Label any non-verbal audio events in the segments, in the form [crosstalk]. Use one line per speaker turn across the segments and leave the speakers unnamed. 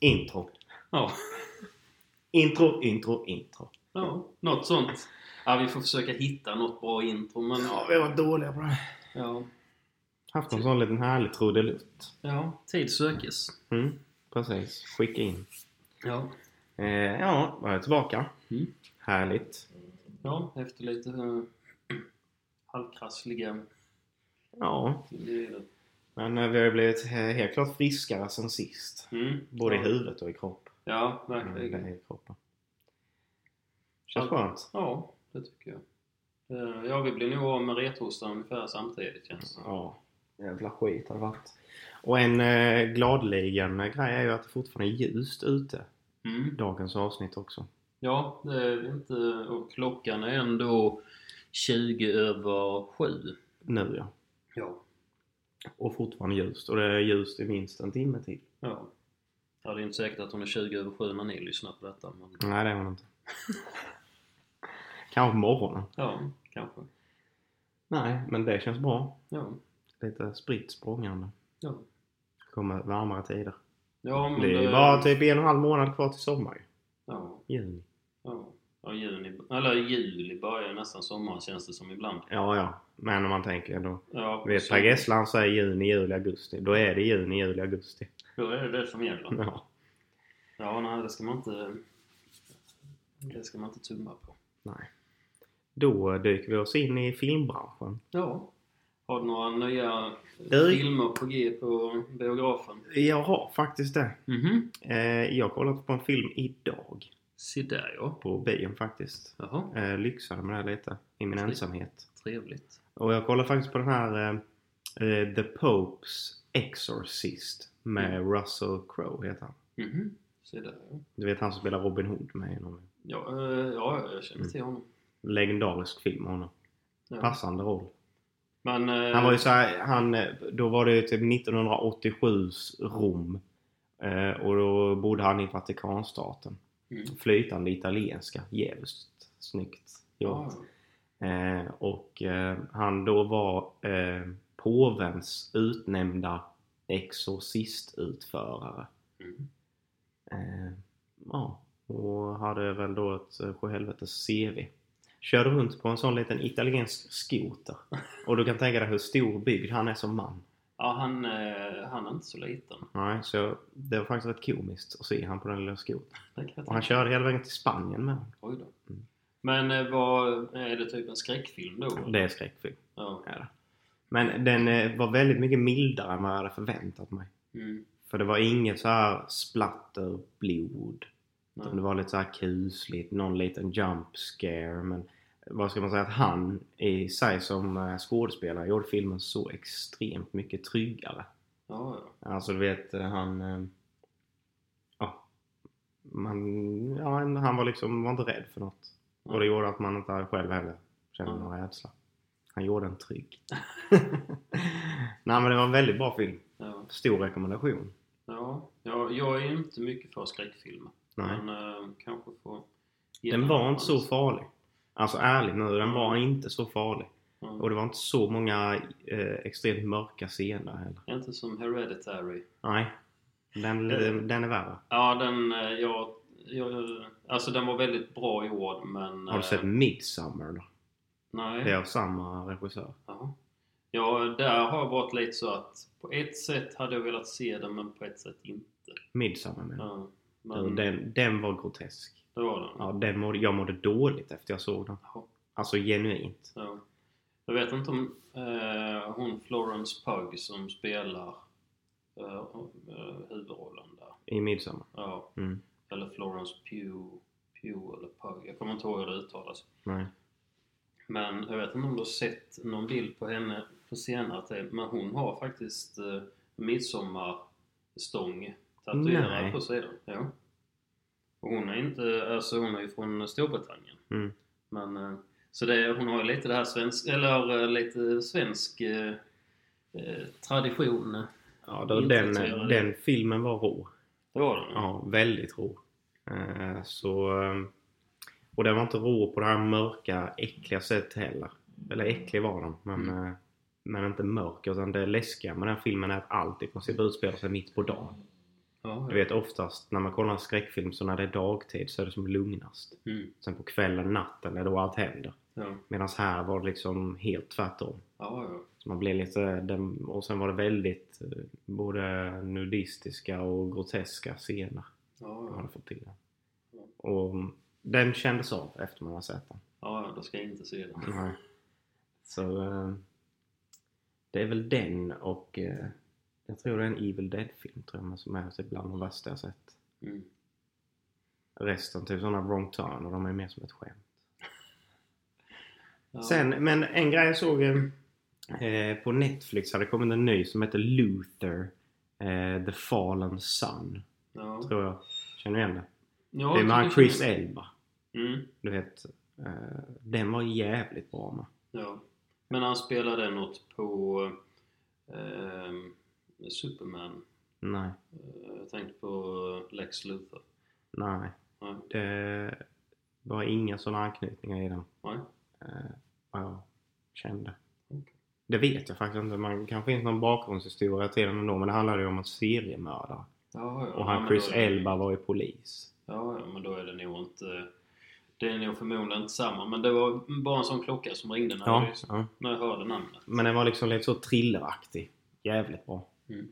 Intro.
Ja.
Intro, intro, intro.
ja, något sånt. Ja, vi får försöka hitta något bra intro, men
Ja, vi var dåliga på det.
ja.
Haft en sån liten härlig trudelutt.
Ja, tid sökes.
Mm, precis. Skicka in.
Ja.
Eh, ja, var jag tillbaka.
Mm.
Härligt.
ja, efter lite uh, halvkrassliga
Ja,
individer.
men eh, vi har ju blivit eh, helt klart friskare sen sist.
Mm.
Både i
ja.
huvudet och i kropp.
Ja,
Mm,
verkligen.
det är i kroppen. Känns skönt.
Ja, det tycker jag. Eh, Ja, vi blir nog av med rethostan ungefär samtidigt känns det
Ja, jävla skit har det varit. Och en eh, gladligen eh, grej är ju att det fortfarande är ljust ute.
mm.
Dagens avsnitt också.
Ja, det är inte... Och klockan är ändå 20 över 7.
Nu ja.
Ja.
Och fortfarande ljust. Och det är ljust i minst en timme till.
Ja. Ja, det är inte säkert att hon är 20 över 7 när ni lyssnar på detta, men...
Nej, det är man inte. [laughs] Kanske på morgonen.
Ja, kanske.
Nej, men det känns bra.
Ja.
Lite spritt språngande.
Ja.
Kommer varmare tider.
Ja, men
det är bara typ en och en halv månad kvar till sommar.
Ja.
Juni.
Ja, ja juni, eller juli börjar ju nästan sommaren känns det som ibland.
Ja, ja. Men om man tänker ändå.
Ja,
Vet
så-
Per Gessle han säger juni, juli, augusti. Då är det juni, juli, augusti.
Då är det det som gäller.
Ja.
Ja, nej, det ska man inte... Det ska man inte tumma på.
Nej. Då dyker vi oss in i filmbranschen.
Ja. Har du några nya
Du-
filmer på G på biografen?
Jag har faktiskt det.
Mhm.
Eh, jag har kollat på en film idag.
Se där ja.
På bion faktiskt.
Jaha,
Eh, lyxade med det lite. I min
Trevligt.
ensamhet.
trevligt.
Och jag kollar faktiskt på den här eh, eh, The Popes Exorcist med Russell Crowe heter han.
Mhm. Se där ja.
Du vet han som spelar Robin Hood med i någon
Ja, eh, ja, jag känner till honom.
legendarisk film med honom.
Ja.
Passande roll.
Men... eh,
Han var ju så här, han, eh, då var det ju typ 1987s Rom. Eh, och då bodde han i Vatikanstaten.
Mm.
Flytande italienska. Jävligt snyggt
Ja,
gjort. Eh, och eh, han då var eh, påvens utnämnda exorcistutförare.
Mm.
Eh, ja, och hade väl då ett eh, sjuhelvetes CV. Körde runt på en sån liten italiensk skoter. Och du kan tänka dig hur stor byggd han är som man.
ja han, eh, han är inte så liten.
Nej, så det var faktiskt rätt komiskt att se han på den lilla skotern.
Det kan jag
Och han
tänka.
körde hela vägen till Spanien med den.
Oj då.
Mm.
Men eh, vad, är det typ en skräckfilm då?
Det är skräckfilm.
Ja.
Är det. Men den eh, var väldigt mycket mildare än vad jag hade förväntat mig.
Mm.
För det var inget så här splatter, blod.
Nej.
Utan det var lite så här kusligt, någon liten jump scare. Men vad ska man säga, att han i sig som eh, skådespelare gjorde filmen så extremt mycket tryggare.
Ja, ja.
Alltså du vet, eh, han... eh, Ja. Man, ja, han- han var liksom, var inte rädd för något. Och det gjorde att man inte själv heller kände
Mm.
någon rädsla. Han gjorde en trygg. [laughs] Nej men det var en väldigt bra film.
Ja,
Stor rekommendation.
ja. ja jag är ju inte mycket för skräckfilmer.
Nej.
Men eh, kanske får...
Den var inte så farlig. Alltså ärligt nu, den var inte så farlig. Och
Ja.
det var inte så många eh, extremt mörka scener heller.
Inte som Hereditary.
Nej. Den,
Eh.
den är värre.
Ja, den... eh, Jag, jag, alltså den var väldigt bra gjord men...
Har du
eh,
sett Midsommar då?
Nej.
Det är av samma regissör.
Ja. ja, där har jag varit lite så att på ett sätt hade jag velat se den men på ett sätt inte.
Midsommar menar
Ja,
jag.
men
Den, den var grotesk.
det var den.
Ja, den mådde, jag mådde dåligt efter jag såg den.
Jaha.
Alltså genuint.
Ja. Jag vet inte om eh, hon Florence Pugh som spelar eh, eh, huvudrollen där.
I Midsommar.
Ja,
Mm.
eller Florence Pugh, Pugh eller Pugh. Jag kommer inte ihåg hur det uttalas.
Nej.
Men jag vet inte om du har sett någon bild på henne på senare tid. Men hon har faktiskt eh, midsommarstång
Nej.
tatuerad på sidan. Ja. Och hon är inte, alltså hon är ju från Storbritannien.
Mm.
Men, eh, så det, hon har ju lite det här svensk, eller eh, lite svensk eh, eh, tradition.
Ja, då,
Inte
den,
intresserad.
den filmen var rå.
Det var den?
Ja, väldigt rå. Eh, så... eh, Och den var inte rå på det här mörka, äckliga sättet heller. Eller äcklig var den, men... eh, Men inte mörk, utan det läskiga med den filmen är att allt i princip utspelar sig mitt på dagen.
Ja,
Du vet oftast när man kollar en skräckfilm så när det är dagtid så är det som lugnast.
Mm.
Sen på kvällen, natten är då allt händer.
Ja,
Medan här var det liksom helt tvärtom.
ja, ja.
Så man blev lite... Den, och sen var det väldigt eh, både nudistiska och groteska scener.
ja,
Man
ja.
hade fått till den. Och den kändes av efter man hade sett den.
ja då ska jag inte se den.
Nej. Så eh, det är väl den och eh, jag tror det är en Evil Dead-film tror jag som är typ bland de värsta jag sett.
Mm.
Resten, typ sådana wrong turn och de är mer som ett skämt.
Ja.
Sen, men en grej jag såg eh, eh, på Netflix hade kommit en ny som heter Luther eh, The Fallen Sun.
ja.
Tror jag. Känner du igen det?
Ja,
det är
jag
med han
tycker-
Chris Elba.
Mm.
Du vet. Eh, den var jävligt bra med.
Ja. Men han spelade något på ehm, Superman.
Nej.
Eh, Jag tänkte på eh, Lex Luthor.
Nej.
Nej.
Det var inga sådana anknytningar i den.
Nej.
Eh, vad jag kände.
Okej.
Det vet jag faktiskt inte. Man kanske finns någon bakgrundshistoria till den ändå. Men det handlade ju om en seriemördare.
Ja, ja.
Och
Ja,
han
men
Chris
då är det-
Elba var ju polis.
Ja, ja, men då är det nog inte... Det är nog förmodligen inte samma. Men det var bara en sån klocka som ringde när,
Ja,
jag,
ja.
när jag hörde namnet.
Men den var liksom lite så thrilleraktig. Jävligt bra.
Mm.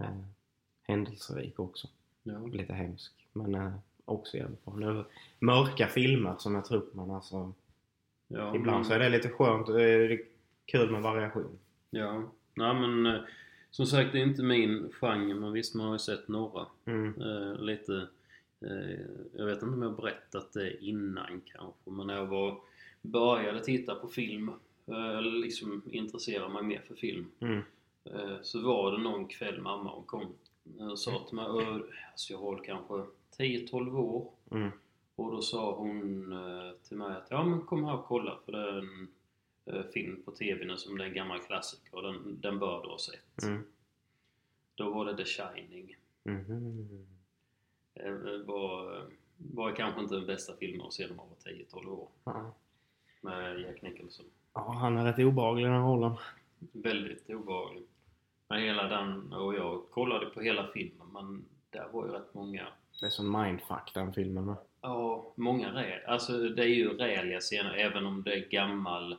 Eh, händelserik också.
Ja.
Lite hemsk. Men eh, också jävligt bra. Nu, mörka filmer som jag tror man alltså...
Ja,
ibland
men-
så är det lite skönt. eh, Det är kul med variation.
Ja. Nej, men eh, som sagt, det är inte min genre. Men visst, man har ju sett några.
Mm.
Eh, lite, eh, jag vet inte om jag har berättat det innan kanske, men när jag var, började titta på film, eh, liksom intressera mig mer för film,
Mm.
eh, så var det någon kväll mamma och kom eh, och sa till mig, "Ö, alltså jag var väl kanske 10-12 år,
Mm.
och då sa hon eh, till mig att ja men kom här och kolla för det är en eh, film på TV nu som det är en gammal klassiker och den, den bör du ha sett.
Mm.
Då var det The Shining.
Mhm.
Eh, var, var kanske inte den bästa filmen att se när man var 10-12 år
Ja.
med Jack Nicholson.
Ja, han är rätt obehaglig i den här rollen.
Väldigt obehaglig. Men hela den, och jag kollade på hela filmen men där var ju rätt många,
Det är sån mindfuck den filmen med.
ja, många rä, alltså det är ju räliga scener även om det är gammal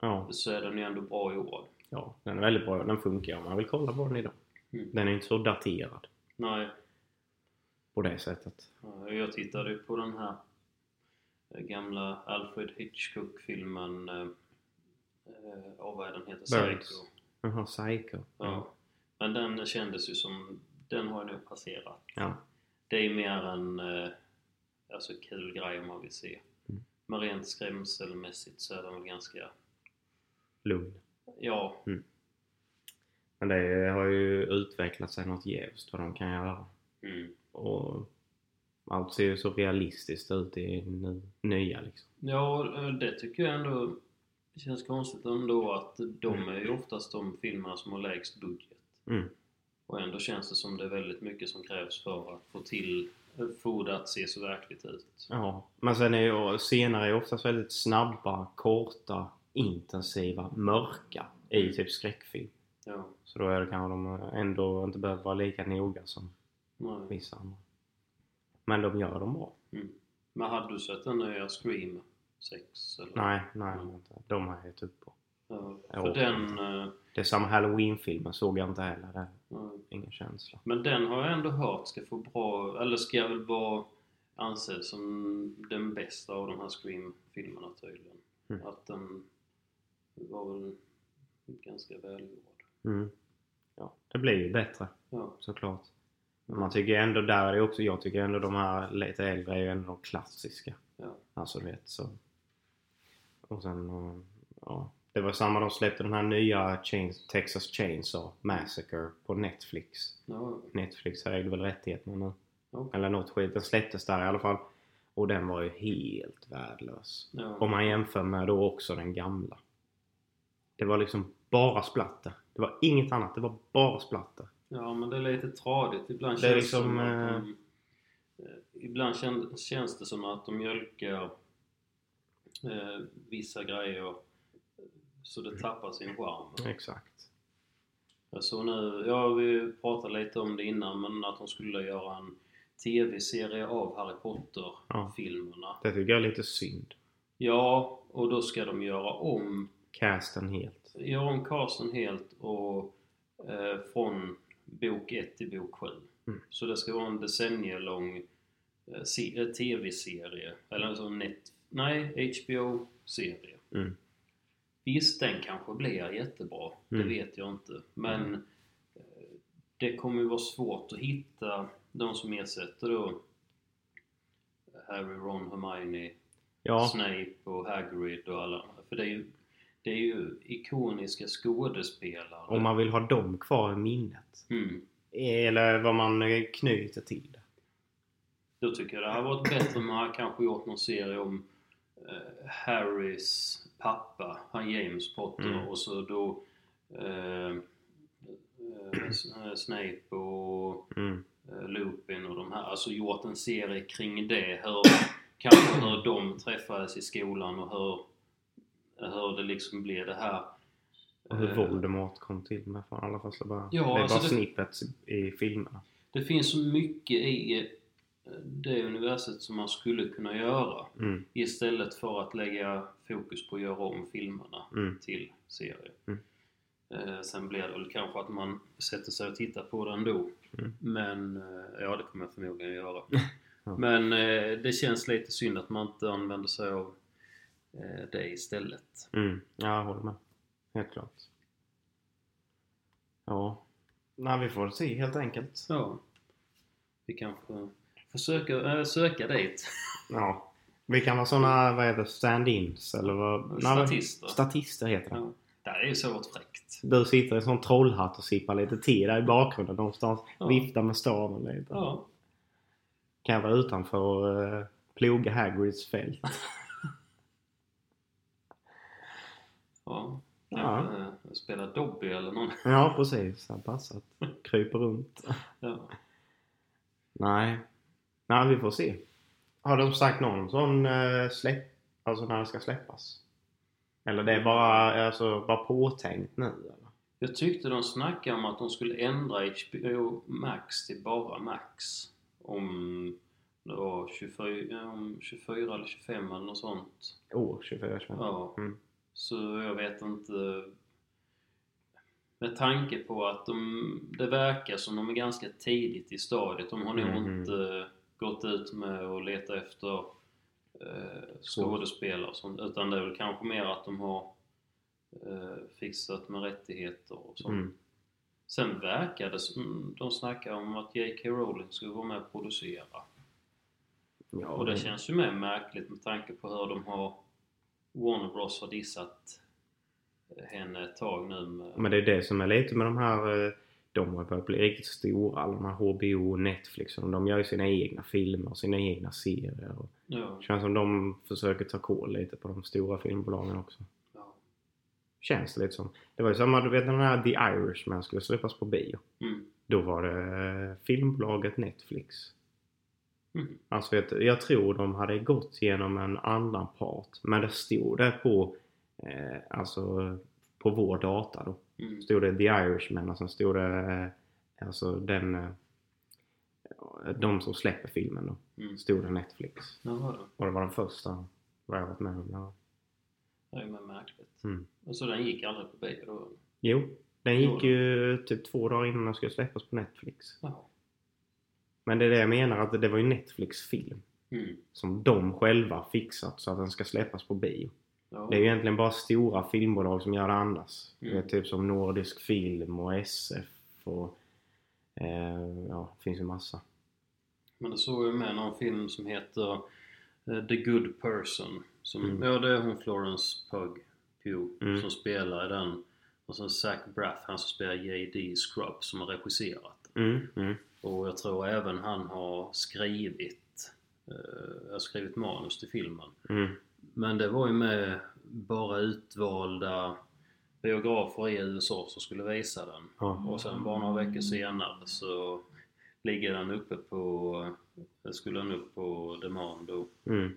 Ja.
så är den ju ändå bra i år.
ja, den är väldigt bra. Den funkar om man vill kolla på den idag.
Mm.
Den är inte så daterad
Nej,
på det sättet.
eh, jag tittade ju på den här eh, gamla Alfred Hitchcock-filmen, eh, eh, ja, vad är den heter?
Birds.
Psycho.
Jaha, Psycho.
Ja. Men den kändes ju som, den har jag nog passerat.
Ja.
Det är mer en eh, alltså kul grej om man vill se.
Mm.
Men rent skrämselmässigt så är den väl ganska,
Lugn.
ja,
Men det har ju utvecklat sig något djävulskt vad de kan göra.
mm.
Och allt ser ju så realistiskt ut i nu, nya liksom.
ja eh, det tycker jag ändå känns konstigt ändå att de är ju oftast de filmerna som har lägst budget.
Mm.
Och ändå känns det som det är väldigt mycket som krävs för att få till, eh, få det att se så verkligt ut.
Ja. Men sen är ju senare är ju oftast väldigt snabba, korta, intensiva, mörka i typ skräckfilm.
Ja,
Så då är det kanske de ändå inte behöver vara lika noga som
nej.
vissa andra. Men de gör dem bra.
Mm. Men hade du sett den nya Scream 6 eller?
Nej, nej, inte. de har jag gett upp på.
Ja,
Jag
för
orkar
den...
inte.
eh,
Det är samma halloween-filmen såg jag inte heller. Det är
ja.
ingen känsla.
Men den har jag ändå hört ska få bra, eller ska väl vara ansedd som den bästa av de här Scream-filmerna tydligen.
Mm.
Att den var väl ganska välgjord.
Mm. Ja, det blir ju bättre.
Ja,
såklart. Men man tycker ändå där är det också, jag tycker ändå de här lite äldre är ju ändå de klassiska.
ja.
Alltså du vet så. Och sen, eh, ja. Det var samma, de släppte den här nya Chains, Texas Chainsaw Massacre på Netflix.
ja.
Netflix ägde väl rättigheterna nu.
Okej.
Eller något skit, den släpptes där i alla fall. Och den var ju helt värdelös.
ja.
Om man jämför med då också den gamla. Det var liksom bara splatter. Det var inget annat, det var bara splatter.
Ja, men det är lite tradigt. Ibland
Det är
känns
liksom,
som att de, eh, Ibland kän, känns det som att de mjölkar eh,
Mm.
vissa grejer så det tappar sin charm.
Exakt.
Jag såg nu, ja vi pratade lite om det innan, men att de skulle göra en TV-serie av Harry
Ja.
Potter-filmerna.
Det tycker jag är lite synd.
Ja, och då ska de göra om,
Casten helt.
göra om casten helt och eh, från bok 1 till bok 7.
Mm.
Så det ska vara en decennielång eh, se- eh, TV-serie, eller alltså net, nej, HBO-serie.
Mm.
Visst, den kanske blir jättebra. Det
Mm.
vet jag inte. Men eh, det kommer ju vara svårt att hitta de som ersätter då Harry, Ron, Hermione,
Ja,
Snape och Hagrid och alla andra. För det är ju, det är ju ikoniska skådespelare.
om man vill ha dem kvar i minnet.
mm.
Eller vad man eh, knyter till. det.
Då tycker jag det hade varit bättre om man hade kanske gjort någon serie om eh, Harrys pappa, han James Potter
Mm.
och så då eh, eh, S- eh, Snape och
Mm.
eh, Lupin och de här, alltså gjort en serie kring det. Hur, kanske hur de träffades i skolan och hur, hur det liksom blev det här.
Och hur
Eh,
Voldemort kom till med från allra första början.
Ja,
det är
alltså
bara
det-
snippets i filmerna.
Det finns så mycket i eh, det universet som man skulle kunna göra
Mm.
istället för att lägga fokus på att göra om filmerna
Mm.
till serier.
Mm.
Eh, sen blir det väl kanske att man sätter sig och tittar på den då.
Mm.
Men, eh, ja det kommer jag förmodligen göra.
[laughs] Ja.
Men eh, det känns lite synd att man inte använder sig av eh, det istället.
Mm. Ja, jag håller med. Helt klart. Ja. Nej, vi får se helt enkelt.
Ja. Vi kanske försöker eh, söka dit.
Ja. Vi kan vara såna, vad heter det, stand-ins eller vad? nej, vad-
Statister.
Statister heter det.
Ja. Det här är ju så fräckt.
Du sitter i en sån trollhatt och sippar lite te där i bakgrunden någonstans.
Ja.
Viftar med staven lite.
Ja.
Kan vara utanför och eh, ploga Hagrids fält.
ja.
Ja.
Kanske eh, spela Dobby eller någon.
Ja, precis. Han passat. Kryper runt.
Ja.
Nej. Nej, vi får se. Har de sagt någon sån eh, släpp... Alltså när det ska släppas? Eller det är bara, alltså, bara påtänkt nu? Eller?
Jag tyckte de snackade om att de skulle ändra HBO Max till bara Max. Om det var 24, om 24 eller 25 eller något sånt.
År 24 25.
Ja.
Mm.
Så jag vet inte. Med tanke på att de, det verkar som de är ganska tidigt i stadiet. De har nog
Mhm.
inte gått ut med att leta efter eh, skådespelare och sånt. Utan det är väl kanske mer att de har eh, fixat med rättigheter och sånt.
Mm.
Sen verkar det som de snackar om att J.K. Rowling skulle vara med och producera.
Ja,
Och det känns ju mer märkligt med tanke på hur de har Warner Bros har dissat eh, henne ett tag nu med...
Men det är det som är lite med de här... eh, De har börjat bli riktigt stora. Alla de här HBO och Netflix. och De gör ju sina egna filmer och sina egna serier. Och
Ja,
det känns som de försöker ta koll lite på de stora filmbolagen också.
ja.
Känns det lite som. Det var ju samma, du vet när den här The Irishman skulle släppas på bio.
Mm.
Då var det eh, filmbolaget Netflix.
Mm.
Alltså vet, du, jag tror de hade gått genom en annan part. Men det stod det på, eh, alltså, på vår data då.
Mm.
Stod det The Irishman och sen stod det eh, alltså den, eh, de som släpper filmen då.
Mm.
Stod det Netflix.
Jaha då.
Och det var den första vad jag varit med om. Ja.
Det är ju mer märkligt.
Mm.
Och så den gick aldrig på bio då?
Jo, den
Jo
gick
då.
ju typ två dagar innan den skulle släppas på Netflix.
Jaha.
Men det är det jag menar, att det var ju Netflix film
Mm.
som de själva fixat så att den ska släppas på bio.
Ja.
Det är ju egentligen bara stora filmbolag som gör det annars.
Mm.
Det är typ som Nordisk Film och SF och... Eh, ja, det finns ju massa.
Men det såg jag med någon film som heter eh, The Good Person. Som,
Mm.
Ja, det är hon Florence Pugh, Pugh
Mm.
som spelar i den. Och sen Zach Braff, han som spelar J.D. Scrub som har regisserat.
Mm, mm,
Och jag tror även han har skrivit, eh, har skrivit manus till filmen.
mm,
Men det var ju med bara utvalda biografer i USA som skulle visa den.
ja.
Och sen bara några veckor senare så ligger den uppe på, skulle den upp på Demando
Mm,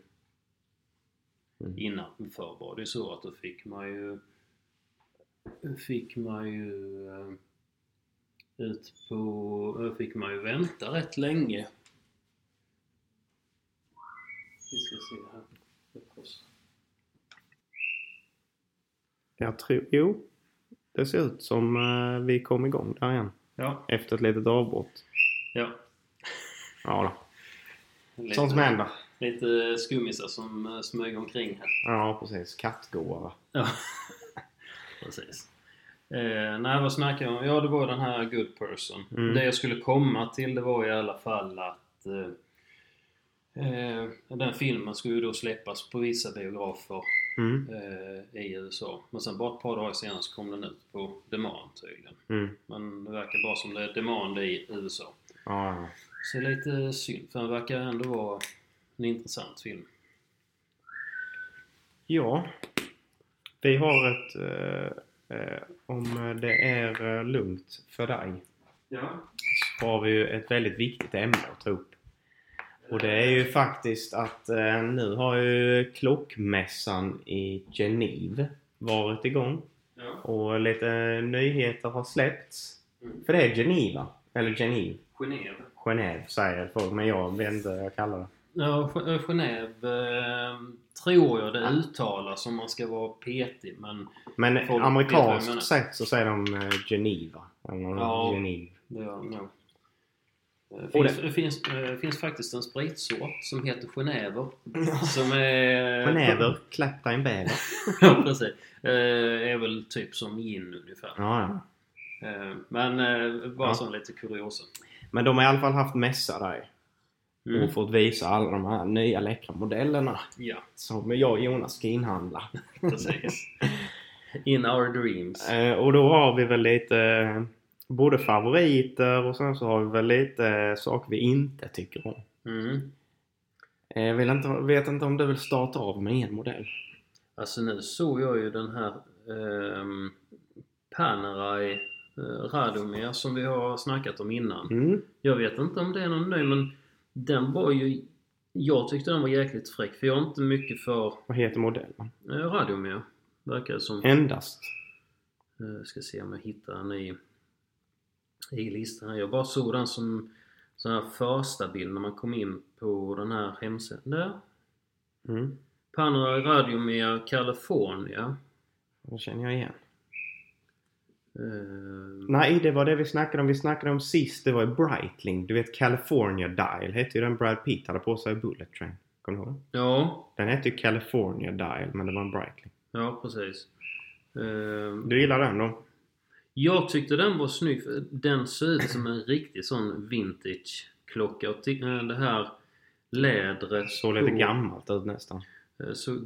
innan förbar. Det är så att då fick man ju, fick man ju eh, ut på... Ö fick man ju vänta rätt länge. Vi ska se här. Det kostar.
Jag tror... Jo. Det ser ut som eh, vi kom igång där igen.
Ja.
Efter ett litet avbrott.
ja.
Ja då.
Lite,
Sånt som händer.
Lite skummisar som eh, smög omkring här.
Ja, precis. Kattgåare.
Ja, [laughs] precis. Eh, nej, vad snackar jag om? Ja, det var den här good person.
Mm.
Det jag skulle komma till det var i alla fall att eh, eh, den filmen skulle ju då släppas på vissa biografer
Mm.
eh, i USA. Men sen bara ett par dagar senare så kom den ut på Deman tydligen.
Mm.
Men det verkar bara som det är Deman det är i USA.
Ja, ja.
Så det är lite synd, för den verkar ändå vara en intressant film.
Ja. Vi har ett... Eh, eh, om det är eh, lugnt för dig
Ja.
så har vi ju ett väldigt viktigt ämne att ta upp. Och det är ju faktiskt att eh, nu har ju klockmässan i Genève varit igång.
Ja.
Och lite nyheter har släppts.
Mm.
För det är Geneva. Eller Genève.
Genève.
Genève säger folk, men jag vet inte vad jag kallar det.
Ja, Ge- eh, Genève eh, tror jag det
Ja.
uttalas om man ska vara petig men
Men
Folk vet vad jag menar.
amerikanskt sett så säger de eh, Geneva. Eller
Ja.
Genève.
det gör det nog. Eh,
Och
Finns, det finns, eh, finns faktiskt en spritsort som heter Genèver. Som är...
Genèver, Claptime Bäver.
[laughs] ja, precis. Eh, är väl typ som gin ungefär.
Ja, ja.
Eh, men eh, bara
Ja.
som lite kuriosa.
Men de har i alla fall haft mässa där
Mm.
och fått visa alla de här nya läckra modellerna [laughs]
Ja,
som jag och Jonas ska inhandla.
precis. In our
[laughs]
dreams.
Eh, och då har vi väl lite eh, både favoriter och sen så har vi väl lite eh, saker vi inte tycker om.
Mm.
Eh, vill inte, vet inte om du vill starta av med en modell?
Alltså nu såg jag ju den här ehm, Panerai eh, Radomir som vi har snackat om innan.
Mm.
Jag vet inte om det är någon ny men den var ju... Jag tyckte den var jäkligt fräck för jag är inte mycket för
Vad heter modellen?
eh, Radomir. Verkar det som.
Endast.
Eh, ska se om jag hittar den i, i listan här. Jag bara såg den som sån här första bild när man kom in på den här hemsidan. Där!
Mm.
Panerai Radomir California.
Det känner jag igen.
Eh,
Nej, det var det vi snackade om. Vi snackade om sist, det var ju Breitling. Du vet California Dial hette ju den Brad Pitt hade på sig i Bullet Train. Kommer du ihåg den?
ja,
Den hette ju California Dial, men det var en Breitling.
Ja, precis. Ehm,
Du gillar den då?
Jag tyckte den var snygg. för Den ser ut som en riktig sån vintage klocka. Och ty- eh, det här lädret
Såg lite
på-
gammalt ut nästan.
eh, Så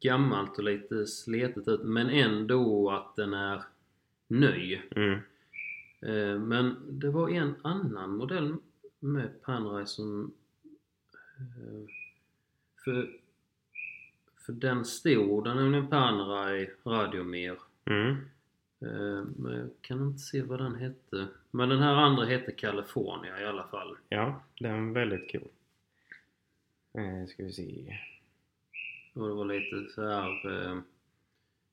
gammalt och lite sletet ut. Men ändå att den är ny.
Mm.
Eh, Men det var en annan modell med Panerai som... eh, För, för den stod, den är nämligen Panerai Radiomir.
Mm.
Eh, Men jag kan inte se vad den hette. Men den här andra hette California i alla fall.
Ja, den är väldigt cool. Eh, ska vi se.
Och det var lite så här, eh,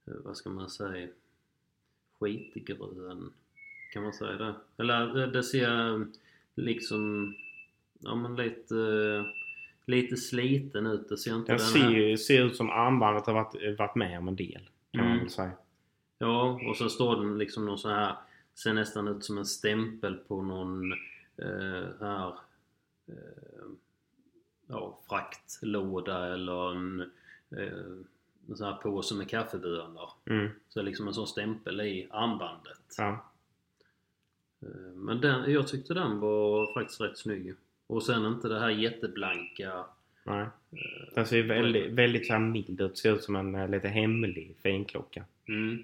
eh, vad ska man säga, skitgrön. Kan man säga det? Eller eh, det ser eh, liksom, ja men lite, eh, lite sliten ut. Det ser inte
Den
den här-
ser, ser ut som armbandet har varit, varit med om en del. Kan man
Mm.
väl säga.
Ja, och så står den liksom någon så här Ser nästan ut som en stämpel på någon eh, här eh, Ja, fraktlåda eller en eh, en sån här påse med kaffebönor.
Mm.
Så det är liksom en sån stämpel i armbandet.
Ja.
Eh, men den, jag tyckte den var faktiskt rätt snygg. Och sen inte det här jätteblanka eh,
Nej. Den ser väldigt, väldigt så här mild ut. Ser ut som en eh, lite hemlig finklocka.
mm,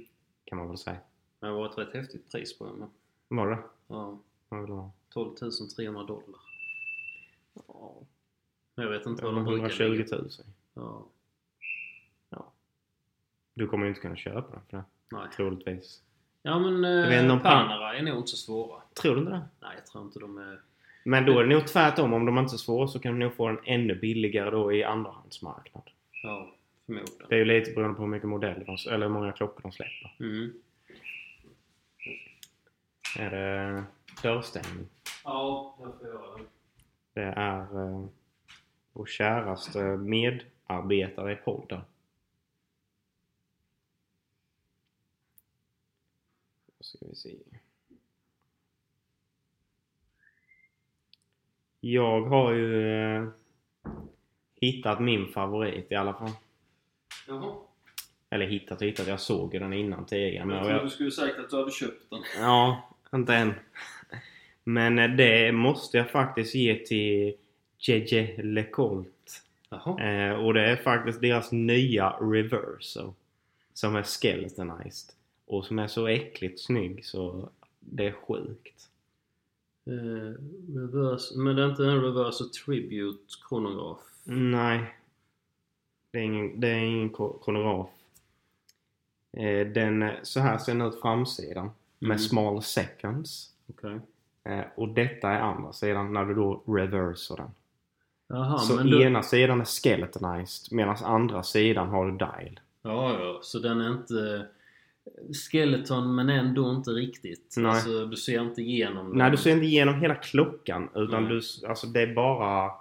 Kan man väl säga.
Men det var ett rätt häftigt pris på den. men,
Var det?
Ja,
Vad vill du ha?
12 300 dollar. Men jag vet inte vad de brukar
120
ligga.
000.
Ja,
Du kommer ju inte kunna köpa den för det.
nej.
Troligtvis.
Ja men
Jag vet inte om
eh, Panera är nog inte så svåra.
Tror du inte det?
Nej jag tror inte de är...
Men då är det nog tvärtom. Om de inte är så svåra så kan du nog få den ännu billigare då i andrahandsmarknad.
Ja, förmodligen.
Det är ju lite beroende på hur mycket modeller de, eller hur många klockor de släpper.
Mm.
Är det dörrstängning.
Ja, jag får göra det.
Det är eh, vår käraste medarbetare i podden. Då ska vi se. Jag har ju eh, hittat min favorit i alla fall.
Jaha.
Eller hittat och hittat, jag såg ju den innan tidigare. men-
Jag
och
trodde du skulle sagt att du hade köpt den.
Ja, inte än. Men eh, det måste jag faktiskt ge till JJ LeColt.
Jaha.
Eh, och det är faktiskt deras nya Reverso. Som är skeletonized. Och som är så äckligt snygg så det är sjukt.
Eh, reverse, men det är inte en reverse tribute kronograf?
Mm. Nej. Det är ingen, det är ingen ko- kronograf. Eh, den, eh, så här ser den ut framsidan. Med
Mm.
small seconds.
Okej.
Eh, och detta är andra sidan när du då reversar den.
Jaha,
så
men du...
ena sidan är skeletonized medan andra sidan har du dial.
Ja, ja. Så den är inte... Skeleton men ändå inte riktigt.
Nej.
Alltså, du ser inte igenom den.
Nej, du ser inte igenom hela klockan utan
Nej.
du, alltså det är bara...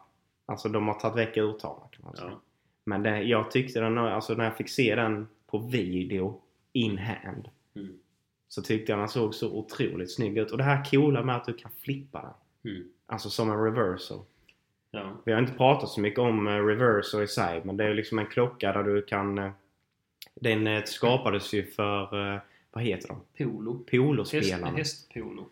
Alltså de har tagit väck urtavlan kan man säga.
Ja.
Men det, jag tyckte den, alltså när jag fick se den på video in hand
Mm.
så tyckte jag den såg så otroligt snygg ut. Och det här coola med att du kan flippa den.
Mm.
Alltså som en reversal.
Ja.
Vi har inte pratat så mycket om eh, reverser i sig, men det är ju liksom en klocka där du kan... eh, Den eh, skapades ju för, eh, vad heter de?
Polo. Häst,
Polospelarna.
hästpolo.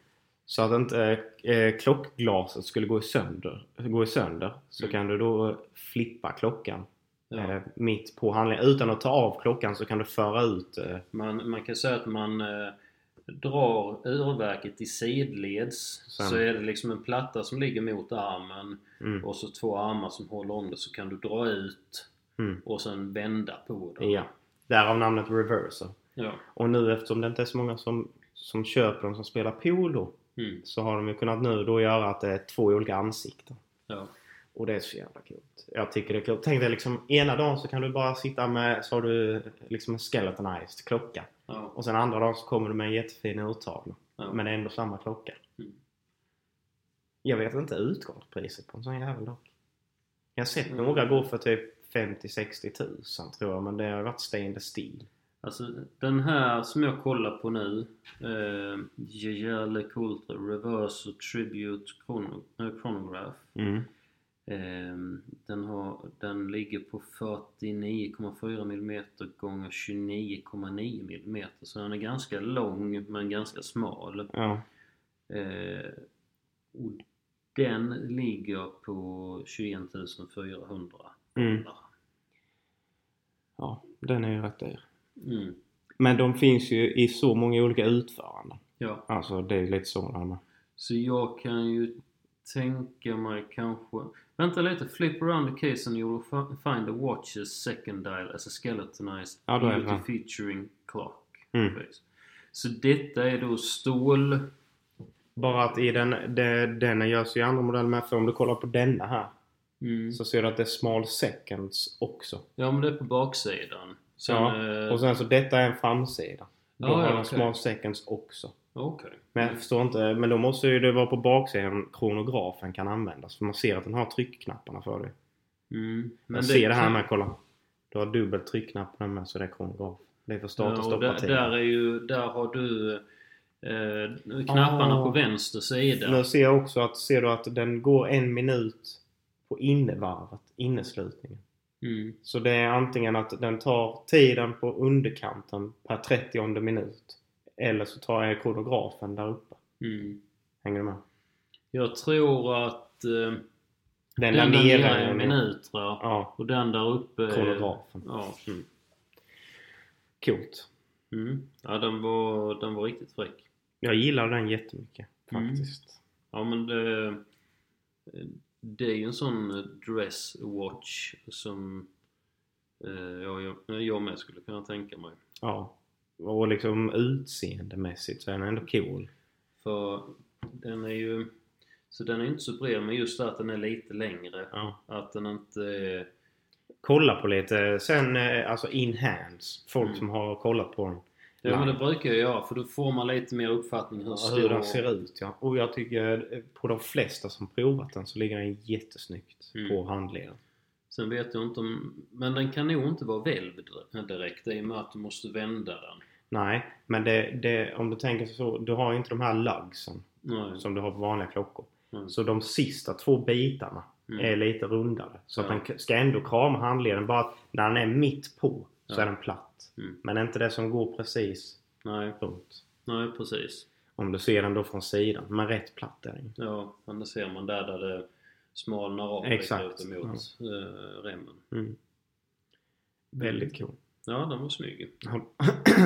Så att inte eh, klockglaset skulle gå i sönder, gå i sönder så
Mm.
kan du då eh, flippa klockan
Ja.
eh, mitt på handlingen. Utan att ta av klockan så kan du föra ut... Eh,
Man, man kan säga att man eh, drar urverket i sidleds.
Sen.
Så är det liksom en platta som ligger mot armen.
mm,
Och så två armar som håller om det så kan du dra ut
mm,
och sen vända på det.
ja. Därav namnet reverser.
ja.
Och nu eftersom det inte är så många som, som köper dem som spelar polo
Mm.
så har de ju kunnat nu då göra att det är två olika ansikten.
ja.
Och det är så jävla coolt. Jag tycker det är coolt. Tänk dig liksom ena dagen så kan du bara sitta med så har du liksom en skeletonized klocka.
ja.
Och sen andra dagen så kommer du med en jättefin urtavla.
ja.
Men det är ändå samma klocka.
Mm.
Jag vet inte utgångspriset på en sån jävel dock. Jag har sett
Mm.
några gå för typ 50-60 tusen tror jag. Men det har varit stainless steel.
Alltså den här som jag kollar på nu eh, Jejele Coulter Reverse och Tribute Chrono- eh, Chronograph
Mm.
eh, den, har, den ligger på 49,4 mm gånger 29,9 mm så den är ganska lång men ganska smal
Ja.
eh, och den ligger på 21 400
Mm. ja, den är ju rätt dyr.
mm.
Men de finns ju i så många olika utföranden.
Ja,
Alltså det är lite sådana.
så jag kan ju tänka mig kanske... Vänta lite, flip around the case and you will fi- find the watch's second dial as a skeletonized
Ja, då är det
beauty
bra.
featuring clock.
Mm.
face. Så detta är då stål...
Bara att i den, de, denna görs ju i andra modell med. För om du kollar på denna här
Mm.
så ser du att det är small seconds också.
Ja, men det är på baksidan. Sen,
ja.
eh,
Och sen så detta är en framsida. Då
Ja,
har
ja,
den
okej.
small seconds också.
Okej.
Men jag förstår inte. Men då måste ju det vara på baksidan kronografen kan användas. För man ser att den har tryckknapparna för dig.
Mm.
Men jag ser det här med, kolla. Du har dubbel tryckknapp på den med så det är kronograf. Det är för start och
Ja, och
stoppa
där,
tiden.
där, är ju, där har du eh, knapparna
Ah.
på vänster sida.
Nu ser jag också att, ser du att den går en minut på innevarvet, inneslutningen.
Mm.
Så det är antingen att den tar tiden på underkanten per 30 minut. Eller så tar jag kodografen där uppe.
Mm.
Hänger du med?
Jag tror att eh, den,
Den,
där nere är
en
en minut tror jag.
Ja,
Och den där uppe är-
kodografen.
Ja.
Mm. Coolt.
Mm. ja, den var, den var riktigt fräck.
Jag gillar den jättemycket
Mm.
faktiskt.
Ja men det, det är ju en sån dress watch som eh, jag, jag, jag med skulle kunna tänka mig.
Ja. Och liksom utseendemässigt så är den ändå cool.
För den är ju... Så den är inte så bred men just det att den är lite längre.
Ja.
Att den inte är...
kolla på lite sen, eh, alltså in hands, folk
Mm.
som har kollat på den.
Ja, men
Nej.
det brukar jag göra för då får man lite mer uppfattning hur
Hur den
stor...
ser ut ja. Och jag tycker eh, på de flesta som provat den så ligger den jättesnyggt
Mm.
på handleden.
Sen vet jag inte om... Men den kan nog inte vara välvd direkt i och med att du måste vända den.
Nej, men det, det, om du tänker så. Du har ju inte de här lugsen
Nej.
som du har på vanliga klockor.
Mm.
Så de sista två bitarna
Mm.
är lite rundare. Så
Ja.
att den ska ändå krama handleden. Bara att när den är mitt på så
Ja.
är den platt.
Mm.
Men inte det som går precis
Nej.
runt.
Nej, precis.
Om du ser den då från sidan. Men rätt platt är den ju.
Ja, men det ser man där där det smalnar av
Exakt,
lite mot eh, remmen.
Mm. Väldigt cool.
Ja, den var snygg.
Har,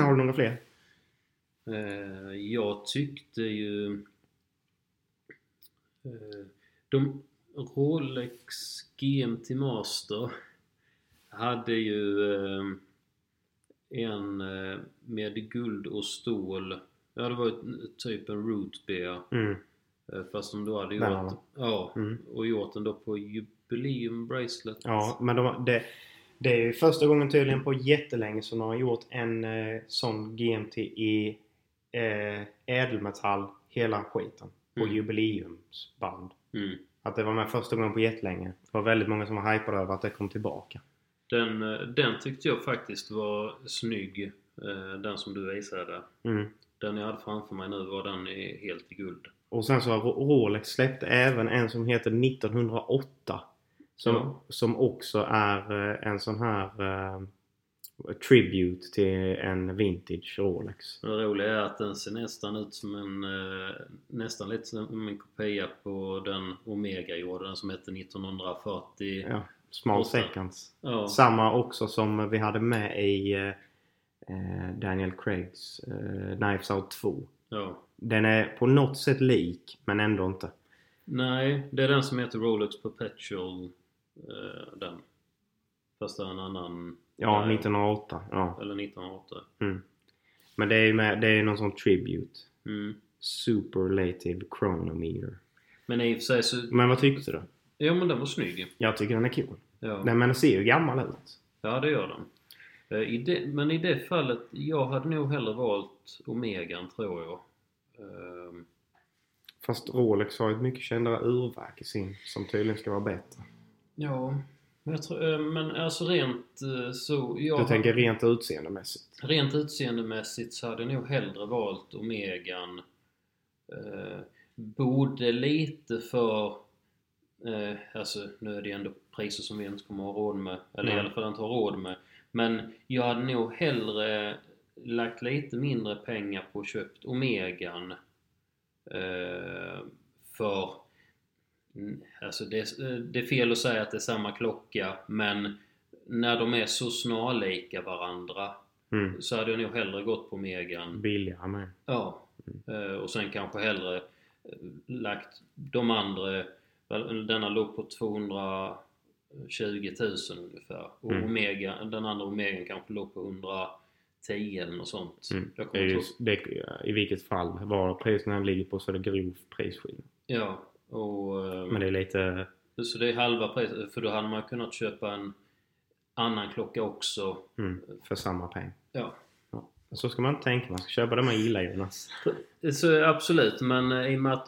har du [clears throat] några fler?
Eh, jag tyckte ju... Eh, de Rolex GMT Master hade ju eh, en eh, med guld och stål. Ja, det var ju typ en root beer.
Mm.
Eh, Fast de då hade
Den
gjort,
har
ja,
Mm.
och gjort den då på Jubileum Bracelet.
Ja, men de, det, det är ju första gången tydligen på jättelänge som de har gjort en eh, sån GMT i eh, ädelmetall hela skiten. På
Mm.
jubileumsband.
Mm.
Att det var med första gången på jättelänge. Det var väldigt många som var hypade över att det kom tillbaka.
Den, eh, den tyckte jag faktiskt var snygg, eh, den som du visade.
Mm.
Den jag hade framför mig nu var den i- helt i guld.
Och sen så har Ro- Rolex släppt även en som heter 1908. Som,
Ja.
som också är eh, en sån här eh, tribute till en vintage Rolex.
Och det roliga är att den ser nästan ut som en, eh, nästan lite som en kopia på den Omega gjorde, den som hette 1940.
Ja, small
Åtta.
seconds.
Ja,
Samma också som vi hade med i eh, eh, Daniel Craigs eh, Knives Out 2.
ja.
Den är på något sätt lik, men ändå inte.
Nej, det är den som heter Rolex Perpetual, eh, den. Fast det är en annan,
Ja,
Nej.
1908. Ja.
eller 1908.
Mm. Men det är ju med, det är ju någon sån tribute.
Mm.
Superlative Chronometer.
Men i och för sig så,
Men vad tyckte du?
ja men den var snygg.
Jag tycker den är cool.
Ja.
Den, men den ser ju gammal ut.
Ja, det gör den. Eh, I det, men i det fallet, jag hade nog hellre valt Omegan tror jag. Ehm,
Fast Rolex har ju ett mycket kändare urverk i sin som tydligen ska vara bättre.
Ja, men, jag tror, eh, men alltså rent eh, så... Jag,
Du tänker rent utseendemässigt?
Rent utseendemässigt så hade jag nog hellre valt Omegan. Eh, borde lite för... Eh, alltså nu är det ändå priser som vi inte kommer ha råd med. Eller i
Nej.
alla fall inte har råd med. Men jag hade nog hellre lagt lite mindre pengar på köpt Omegan. Eh, för... mm, Alltså det, eh, det är fel att säga att det är samma klocka men när de är så snarlika varandra
Mm.
så hade jag nog hellre gått på Megan.
Billigare med.
Ja. Eh, Och sen kanske hellre eh, lagt de andra... väl, Denna låg på 220 000 ungefär. Och
Mm.
Omega, den andra Omegan kanske låg på 110 eller något sånt.
Mm.
Jag
Det
kommer
är
inte
ju,
ihåg.
det, I vilket fall, var priserna ligger på så är det grov prisskillnad.
Ja. Och, eh,
Men det är lite...
Så det är halva priset. För då hade man kunnat köpa en annan klocka också.
Mm, för samma peng.
Ja.
Ja. Så ska man inte tänka. Man ska köpa det man gillar Jonas.
Så absolut, men eh, i och med att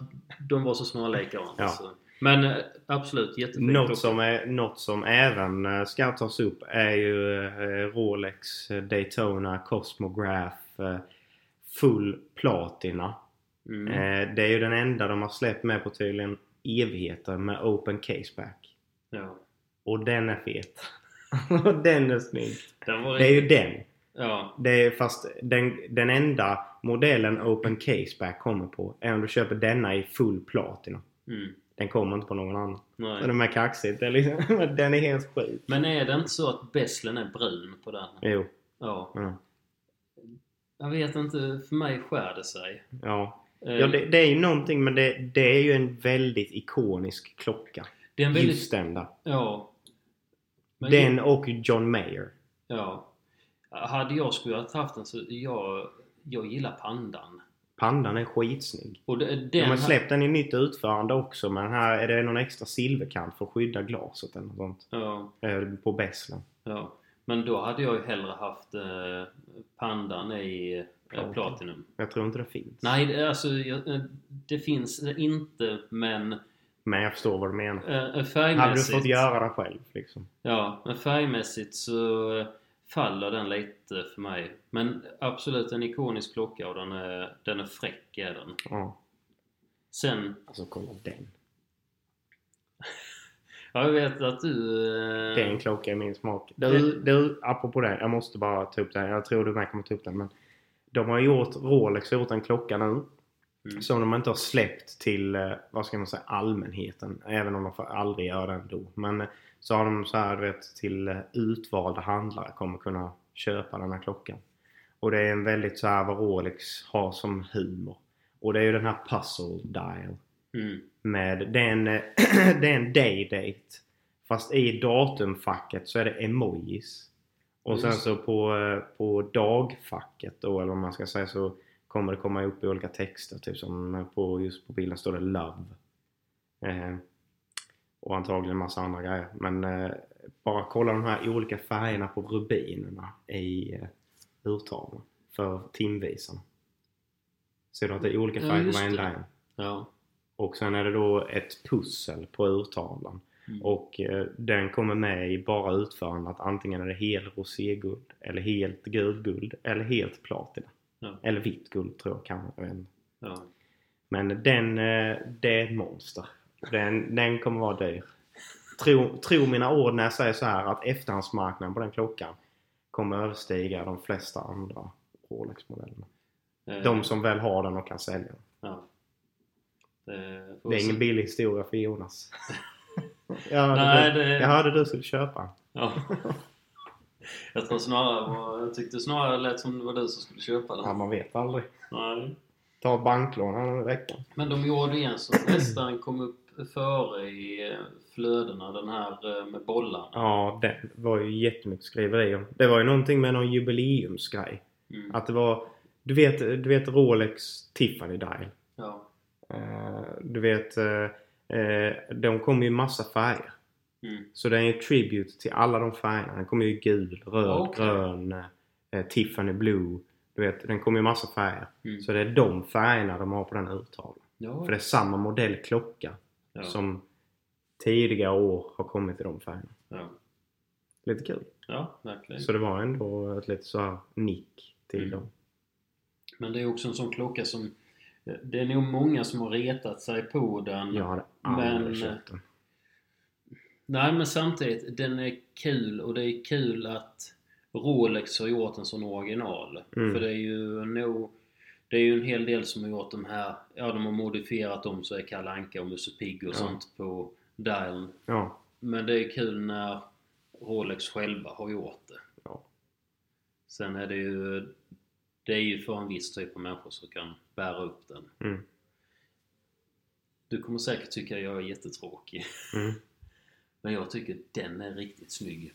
de var så snarlika varandra.
Ja.
så- Men eh, absolut, jättefin klocka.
Något som, är, något som även eh, ska tas upp är ju eh, Rolex eh, Daytona Cosmograph eh, Full Platina.
Mm.
Eh, Det är ju den enda de har släppt med på tydligen evigheter med Open Caseback.
Ja.
Och den är fet. [laughs] Och den är snygg.
Den var
Det är ju den.
Ja,
Det är fast den, den enda modellen Open Caseback kommer på är om du köper denna i full platina.
mm,
Den kommer inte på någon annan. Så
nej.
de är kaxigt. Det är liksom, [laughs] den är helt sjuk.
Men är det inte så att bäslen är brun på den?
Jo.
Ja.
Ja.
Jag vet inte, för mig skär det sig.
ja.
Eh,
ja det, det är ju någonting men det, det är ju en väldigt ikonisk klocka.
det är en väldigt...
Just den där.
Ja. Men-
Den och John Mayer.
Ja. Hade jag skulle ha haft den så... Jag, jag gillar pandan.
Pandan är skitsnygg.
Och det, den...
De har
här-
släppt den i nytt utförande också men här är det någon extra silverkant för att skydda glaset eller något sånt.
Ja,
Eh, På bäslen.
ja. Men då hade jag ju hellre haft eh, pandan i eh,
Platinum.
platinum.
Jag tror inte det finns.
Nej, det- alltså jag, eh, det finns inte men
Men jag förstår vad du menar.
eh,
Hade du
färgmässigt...
fått göra det själv liksom?
Ja, men färgmässigt så eh, faller den lite för mig. Men absolut en ikonisk klocka och den är, den är fräck är den.
Ja.
Sen, [laughs]
Alltså kolla den.
ja, jag vet att du... eh,
Det är en klocka i min smak. Du, du, apropå det. Jag måste bara ta upp det här. Jag tror du med kommer ta upp den. Men de har gjort, Rolex har gjort en klocka nu.
Mm.
Som de inte har släppt till, eh, vad ska man säga, allmänheten. Även om de får aldrig gör det ändå. Men eh, så har de så här, du vet, till eh, utvalda handlare kommer kunna köpa den här klockan. Och det är en väldigt så här vad Rolex har som humor. Och det är ju den här puzzle dial.
Mm,
Med, det är en, [clears throat] eh, det är en day date. Fast i datumfacket så är det emojis. Och sen
Just.
så på, eh, på dagfacket då, eller vad man ska säga, så kommer det komma upp i olika texter. Typ som på, just på bilden står det Love. Eh, och antagligen massa andra grejer. Men eh, bara kolla de här olika färgerna på rubinerna i eh, urtavlan. För timvisarna. Ser du att det är olika
Ja,
färger på
just
varenda
det.
en?
ja.
Och sen är det då ett pussel på urtavlan.
Mm.
Och eh, den kommer med i bara utförandet att antingen är det hel roséguld eller helt gulguld eller helt platina.
Ja.
Eller vitt guld tror jag kan jag vet inte.
ja.
Men den, eh, det är ett monster. Den, den kommer vara dyr. Tro, tro mina ord när jag säger så här att efterhandsmarknaden på den klockan kommer överstiga de flesta andra Rolex-modellerna.
Eh,
De som väl har den och kan sälja den.
Ja. Det, får
Det
vi
är
se.
ingen
[laughs]
billig historia för Jonas. jag, hörde
Nej,
du,
det-
jag hörde du skulle köpa den.
Ja. Jag, tror snarare, var- jag tyckte snarare det lät som det var du som skulle köpa
Ja,
den.
man vet aldrig.
Nej.
Ta ett banklån här i veckan.
Men de gjorde en som
[clears throat]
nästan kom upp före i eh, flödena, den här eh, med bollarna.
Ja, det var ju jättemycket skriverier. Det var ju någonting med någon jubileumsgrej.
Mm.
Att det var... Du vet, du vet Rolex Tiffany Dial.
Ja.
Eh, du vet, eh, eh, de kommer ju i massa färger.
Mm.
Så det är ju tribute till alla de färgerna. Den kommer ju i gul, röd,
Okej.
grön, eh, Tiffany Blue. Du vet, den kommer i massa färger.
Mm.
Så det är de färgerna de har på den här urtavlan.
Ja.
För det är samma modell klocka
ja.
som tidigare år har kommit i de färgerna.
Ja.
Lite kul.
ja, verkligen.
Så det var ändå ett lite så här nick till
Mm.
dem.
Men det är också en sån klocka som... Det är nog många som har retat sig på den.
Jag hade aldrig
Men- eh,
köpt den.
Nej, men samtidigt, den är kul och det är kul att Rolex har gjort en sån original.
Mm.
För det är ju nog... Det är ju en hel del som har gjort de här... Ja, de har modifierat dem så är Kalle Anka och Musse Pigg och
Ja.
sånt på dialen.
Ja.
Men det är kul när Rolex själva har gjort det.
ja.
Sen är det ju... Det är ju för en viss typ av människor som kan bära upp den.
Mm.
Du kommer säkert tycka jag är jättetråkig.
Mm.
Men jag tycker den är riktigt snygg.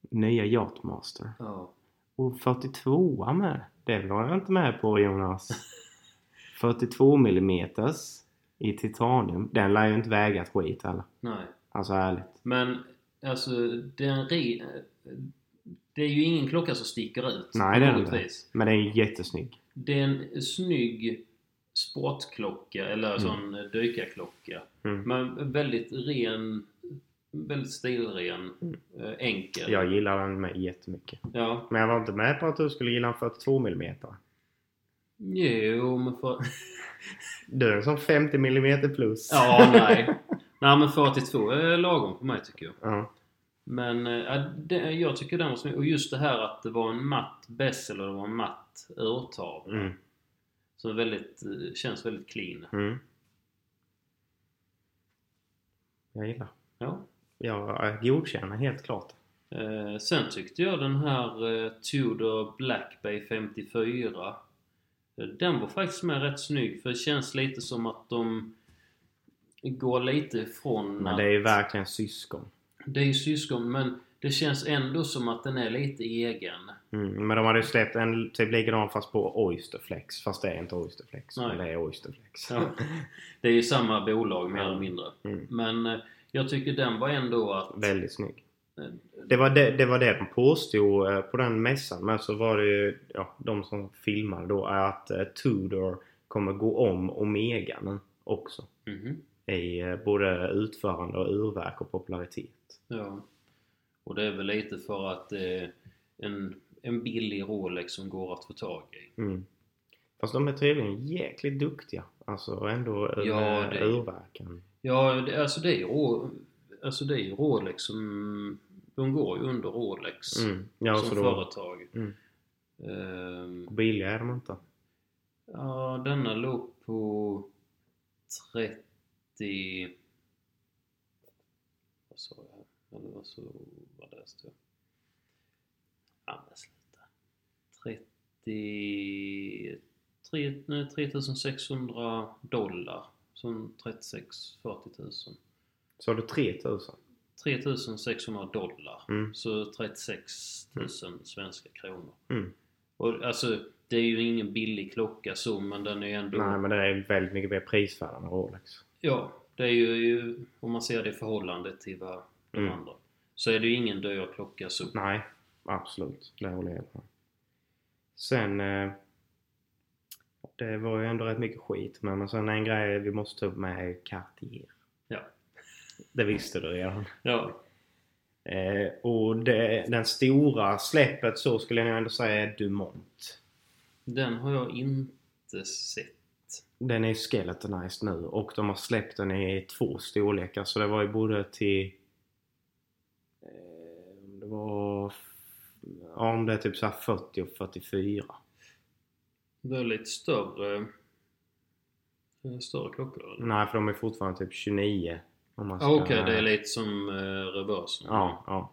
Nya Yachtmaster.
Ja.
Och 42 med. Det var jag inte med på
[laughs]
Jonas. 42 millimeters i titanium. Den lär ju inte väga ett skit heller.
Nej.
Alltså ärligt.
Men alltså, den ri... Det är ju ingen klocka som sticker ut.
Nej, det är den
inte.
inte. Men den är ju jättesnygg.
Det är en snygg sportklocka, eller
Mm.
sån dykarklocka.
Mm.
Men väldigt ren, väldigt stilren,
Mm.
eh, enkel.
Jag gillar den med jättemycket.
ja.
Men jag var inte med på att du skulle gilla en 42 mm.
Jo, men
[laughs]
för...
Du är en sån 50 mm plus.
Ja, nej. nej, men 42 är eh, lagom för mig tycker jag.
Ja.
Men eh, ja, det, jag tycker den var snygg. Och just det här att det var en matt bessel och det var en matt urtavla.
Mm.
Så väldigt, eh, känns väldigt clean.
Mm. Jag gillar.
Ja.
Jag eh, godkänner helt klart.
Eh, sen tyckte jag den här eh, Tudor Black Bay 54 eh, Den var faktiskt med rätt snygg för det känns lite som att de går lite ifrån
Men
att-
det är ju verkligen syskon.
det är ju syskon men det känns ändå som att den är lite
[laughs]
egen.
Mm. Men de hade ju släppt en typ likadan fast på Oysterflex. Fast det är inte Oysterflex.
Nej.
Men det är Oysterflex.
Ja. Det är ju samma bolag mer
Ja.
eller mindre.
Mm.
Men eh, jag tycker den var ändå att
Väldigt snygg. Det var det, det var det de påstod eh, på den mässan. Men så var det ju ja, de som filmade då är att eh, Tudor kommer gå om Omega nu också.
Mhm.
I eh, både utförande och urverk och popularitet.
Ja. Och det är väl lite för att eh, en, en billig Rolex som går att få tag i.
Mm. Fast de är tydligen jäkligt duktiga. Alltså ändå eh,
Ja, det-
urverken.
Ja, det, alltså det är ju Ro- alltså det är ju Rolex som... De går ju under Rolex
Mm. Ja, så
som
då,
företag.
Mm.
Ehm,
Billiga är de inte.
Ja, denna låg på 30... Vad sa jag? Eller vad så... Vad läste jag? Ja, men sluta. 30... tre- nej, 3600 dollar. Som 36 40 000.
Så har du 3000.
3600 dollar.
Mm.
Så 36 000 svenska kronor.
Mm.
Och alltså, det är ju ingen billig klocka så, men den är ju ändå...
Nej men det är väldigt mycket mer prisvärd än Rolex.
Ja, det är ju om man ser det i förhållande till vad de
Mm.
andra. Så är det ju ingen dyr klocka så.
Nej, absolut. Det håller jag med om. Sen... eh, Det var ju ändå rätt mycket skit med men sen en grej vi måste ta upp med är Cartier.
Ja.
Det visste du redan.
Ja.
Eh, och det, den stora släppet så skulle jag nog ändå säga är Dumont.
Den har jag inte sett.
Den är skeletonized nu och de har släppt den i två storlekar så det var ju både till... Eh, det var... Ja, om det är typ så här 40 och 44.
Det är lite större... eh, Större klockor eller?
Nej, för de är fortfarande typ 29. Om man
Ah, Okej, det är lite som eh, reversen.
Ja, ja,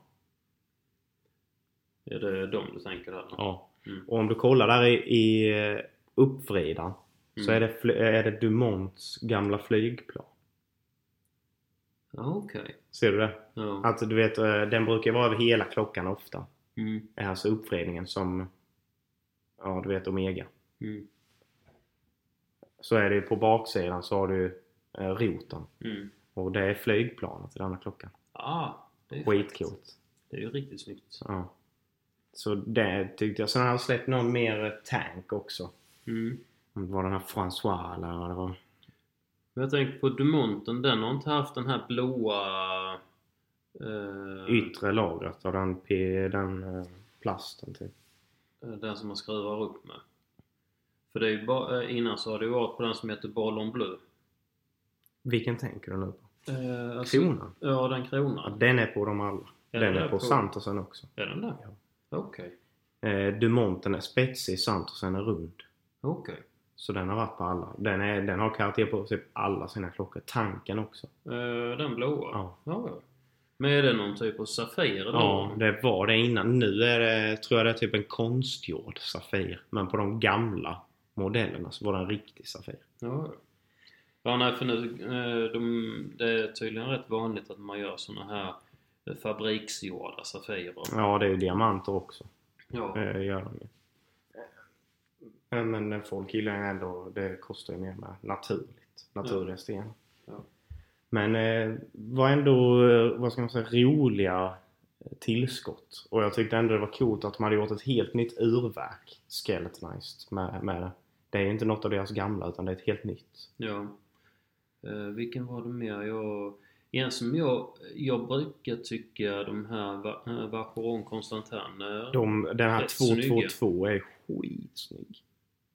Är det de du tänker där?
ja.
Mm.
Och om du kollar där i, i eh, uppvridan så
Mm.
är det, fly- är det Dumonts gamla flygplan.
Ah, Okej.
Ser du det?
Ja.
Att du vet, eh, den brukar vara över hela klockan ofta.
Mm.
Alltså uppvridningen som... Ja, du vet Omega.
Mm.
Så är det ju på baksidan så har du eh, roten.
Mm.
Och det är flygplanet i den här klockan.
Ah, det är faktiskt-
Skitcoolt.
Det är ju riktigt snyggt.
Ja. Så det tyckte jag. Sen har han släppt någon mer eh, tank också.
Mm.
Om det var den här François eller vad det var.
Men jag tänker på Dumonten, den har inte haft den här blåa... eh,
Yttre lagret av den, p- den eh, plasten typ.
eh, Den som man skruvar upp med. För det är ju bara, eh, innan så har det ju varit på den som heter Ballon Bleu.
Vilken tänker du nu på?
Eh, alltså-
Kronan?
Ja, den
Ja,
kronan.
den är på dem alla.
Ja,
den är på, Santosen också.
Är den där? Okej,
Eh, Dumonten är spetsig, Santosen är rund.
okej.
Så den har varit på alla. Den, är, den har karaktär på typ alla sina klockor. Tanken också.
Eh, Den blåa?
Ja.
ja. ja. Men är det någon typ av Safir eller?
Ja, det var det innan. Nu är det, tror jag det är typ en konstgjord Safir. Men på de gamla modellerna så var det en riktig Safir.
Ja, ja nej, för nu, eh, de, det är tydligen rätt vanligt att man gör såna här eh, fabriksgjorda Safirer.
Ja, det är ju diamanter också.
Ja. mm.
Eh, gör de ju. Eh, Men eh, folk gillar ju ändå, det kostar ju mer med naturligt. Naturliga stenar.
Ja.
Men eh, var ändå, eh, vad ska man säga, roliga eh, tillskott. Och jag tyckte ändå det var coolt att de hade gjort ett helt nytt urverk, Skeletonized, med, med det. Det är ju inte något av deras gamla utan det är ett helt nytt.
Ja. Eh, vilken var det mer? Jag, en som jag, jag brukar tycka de här Va- eh, Vacheron Constantin, eh,
De, den här
Rätt snygga.
222 är skitsnygg.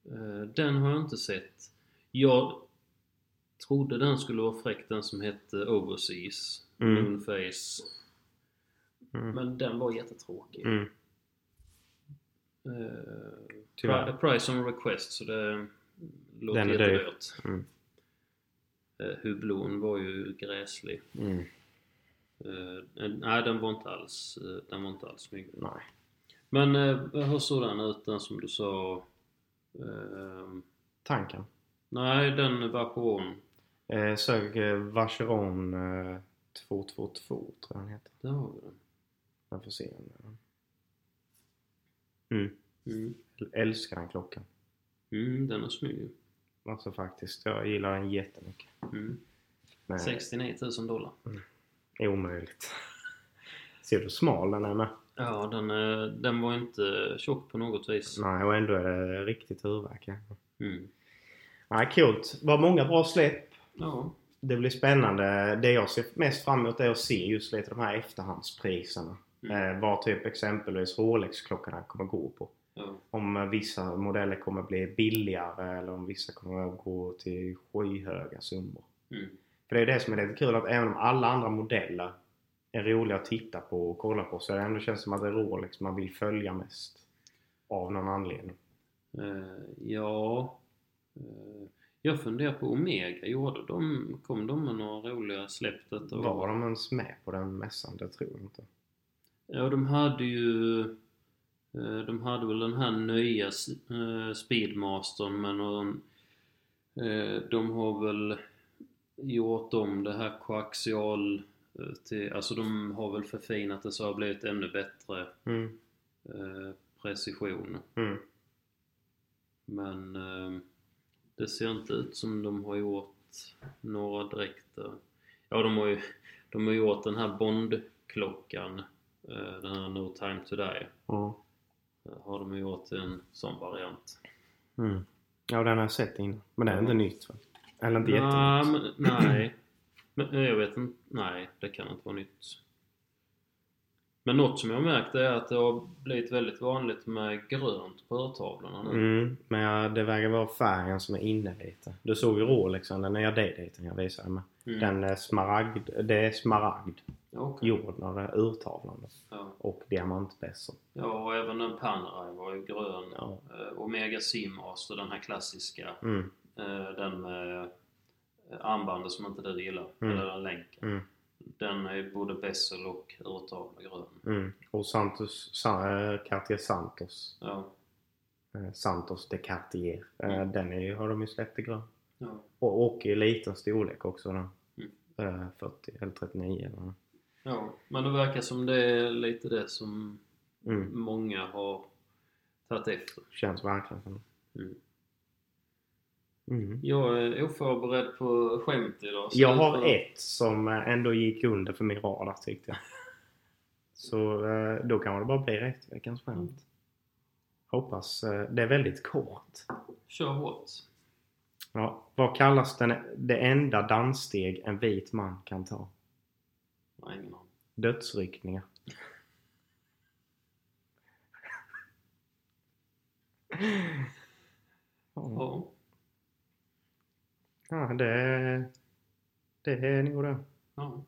eh, den har jag inte sett. Jag trodde den skulle vara fräck, den som hette Overseas,
Mm.
Moonface.
Mm.
Men den var jättetråkig.
Mm.
Eh,
Tyvärr.
pri- Price on request, så det låter
Den är dyr.
jättedyrt.
Mm.
Eh, Hublon var ju gräslig.
Mm.
Eh, nej, den var inte alls, eh, den var inte alls snygg.
Nej.
Men eh, hur såg den ut, den som du sa? Eh,
Tanken.
nej, den Vacheron.
Eh, sök eh, Vacheron eh, 222 tror jag den heter.
Där har vi den.
Man får se om den.
Mm.
Älskar den klockan.
Mm, den är snygg.
Alltså faktiskt, jag gillar den jättemycket.
Mm.
Men
69 000 dollar.
det är omöjligt. [laughs] Ser du hur smal den är med?
Ja, den, eh, den var inte tjock på något vis.
Nej, och ändå är det riktigt huvudvärk. Ja.
Mm.
Nej, coolt. Det var många bra släpp.
Ja. Mm.
Det blir spännande. Det jag ser mest fram emot är att se just lite de här efterhandspriserna.
Mm.
Eh, vad typ exempelvis Rolex-klockorna kommer gå på.
ja.
Om eh, vissa modeller kommer bli billigare eller om vissa kommer att gå till skyhöga summor.
Mm.
För det är det som är lite kul att även om alla andra modeller är roliga att titta på och kolla på så är det ändå känns som att det är Rolex man vill följa mest. Av någon anledning.
Eh, ja. Eh, jag funderar på Omega. Gjorde de, kom de med några roliga släpp detta
Var de ens med på den mässan? Det tror jag inte.
Ja, de hade ju... eh, De hade väl den här nya s- eh, Speedmastern men någon, eh, de har väl gjort om det här koaxial eh, till, alltså de har väl förfinat det så det har blivit ännu bättre
Mm.
eh, precision.
Mm.
Men eh, det ser inte ut som de har gjort några direkt eh, Ja, de har ju de har gjort den här Bond-klockan, eh, den här No Time To Die,
Ja.
eh, har de ju gjort en sån variant.
Mm. Ja, den har jag sett innan. Men det är inte nytt va? Eller inte
Nej,
jättenytt.
men, nej. Men, eh, jag vet inte. Nej, det kan inte vara nytt. Men något som jag har märkt är att det har blivit väldigt vanligt med grönt på örtavlorna nu.
Mm, men ja, det verkar vara färgen som är inne lite. Du såg ju Rolexen, den nya daydaten jag visade med.
Mm.
Den är smaragd, det är smaragd.
Okej.
Jorden och den är urtavlan då.
Ja.
Och diamantbässor.
ja, och även den Panerai var ju grön.
Ja.
Eh, Omega Seamaster, den här klassiska.
Mm,
Eh, Den med armbandet som inte du gillar.
Mm.
Eller den länken.
mm,
Den är ju både bessel och urtavla grön.
mm. Och Santos, Sa- eh, Cartier Santos.
Ja.
eh, Santos de Cartier. Eh,
Mm.
Den är, ju- har de ju släppt i grön.
Ja.
Och, och i liten storlek också den.
Mm.
Eh, 40 eller 39 eller nåt.
ja. Men det verkar som det är lite det som
mm.
många har tagit efter.
Känns verkligen som
Mm.
Mm.
Jag är oförberedd på skämt idag. så
Jag
du
har
får-
ett som eh, ändå gick under för min radar tyckte jag. [laughs] Så eh, då kan det bara bli rätt veckans
Mm.
skämt. Hoppas. eh, Det är väldigt kort.
Kör hårt.
Ja. Vad kallas den, det enda danssteg en vit man kan ta?
Nej, ingen aning.
Dödsryckningar. Ja,
Ja.
Ja, det, det är nog det.
ja.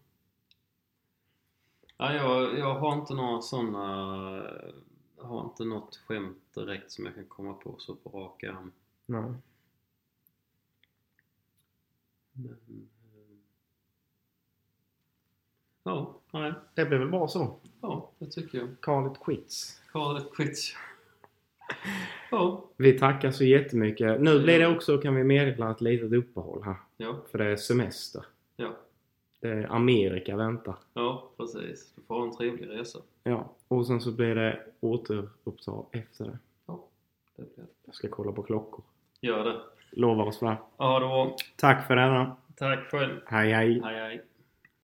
ja jag, jag har inte några sådana... Jag har inte något skämt direkt som jag kan komma på så på rak arm.
Nej.
Men, eh, Ja, nej.
Det blir väl bra så.
Ja, det tycker jag.
Call it quits.
Call it quits. Ja.
Vi tackar så jättemycket. Nu blir det också, kan vi meddela, ett litet uppehåll här.
Ja.
För det är semester.
Ja.
Det är Amerika väntar.
Ja, precis. Du får ha en trevlig resa.
Ja, och sen så blir det återupptag efter det.
Ja, det blir det.
Jag ska kolla på klockor.
Gör det.
Lovar oss det.
Ja, då.
Tack för denna.
Tack själv.
Hej hej.
Hej, hej.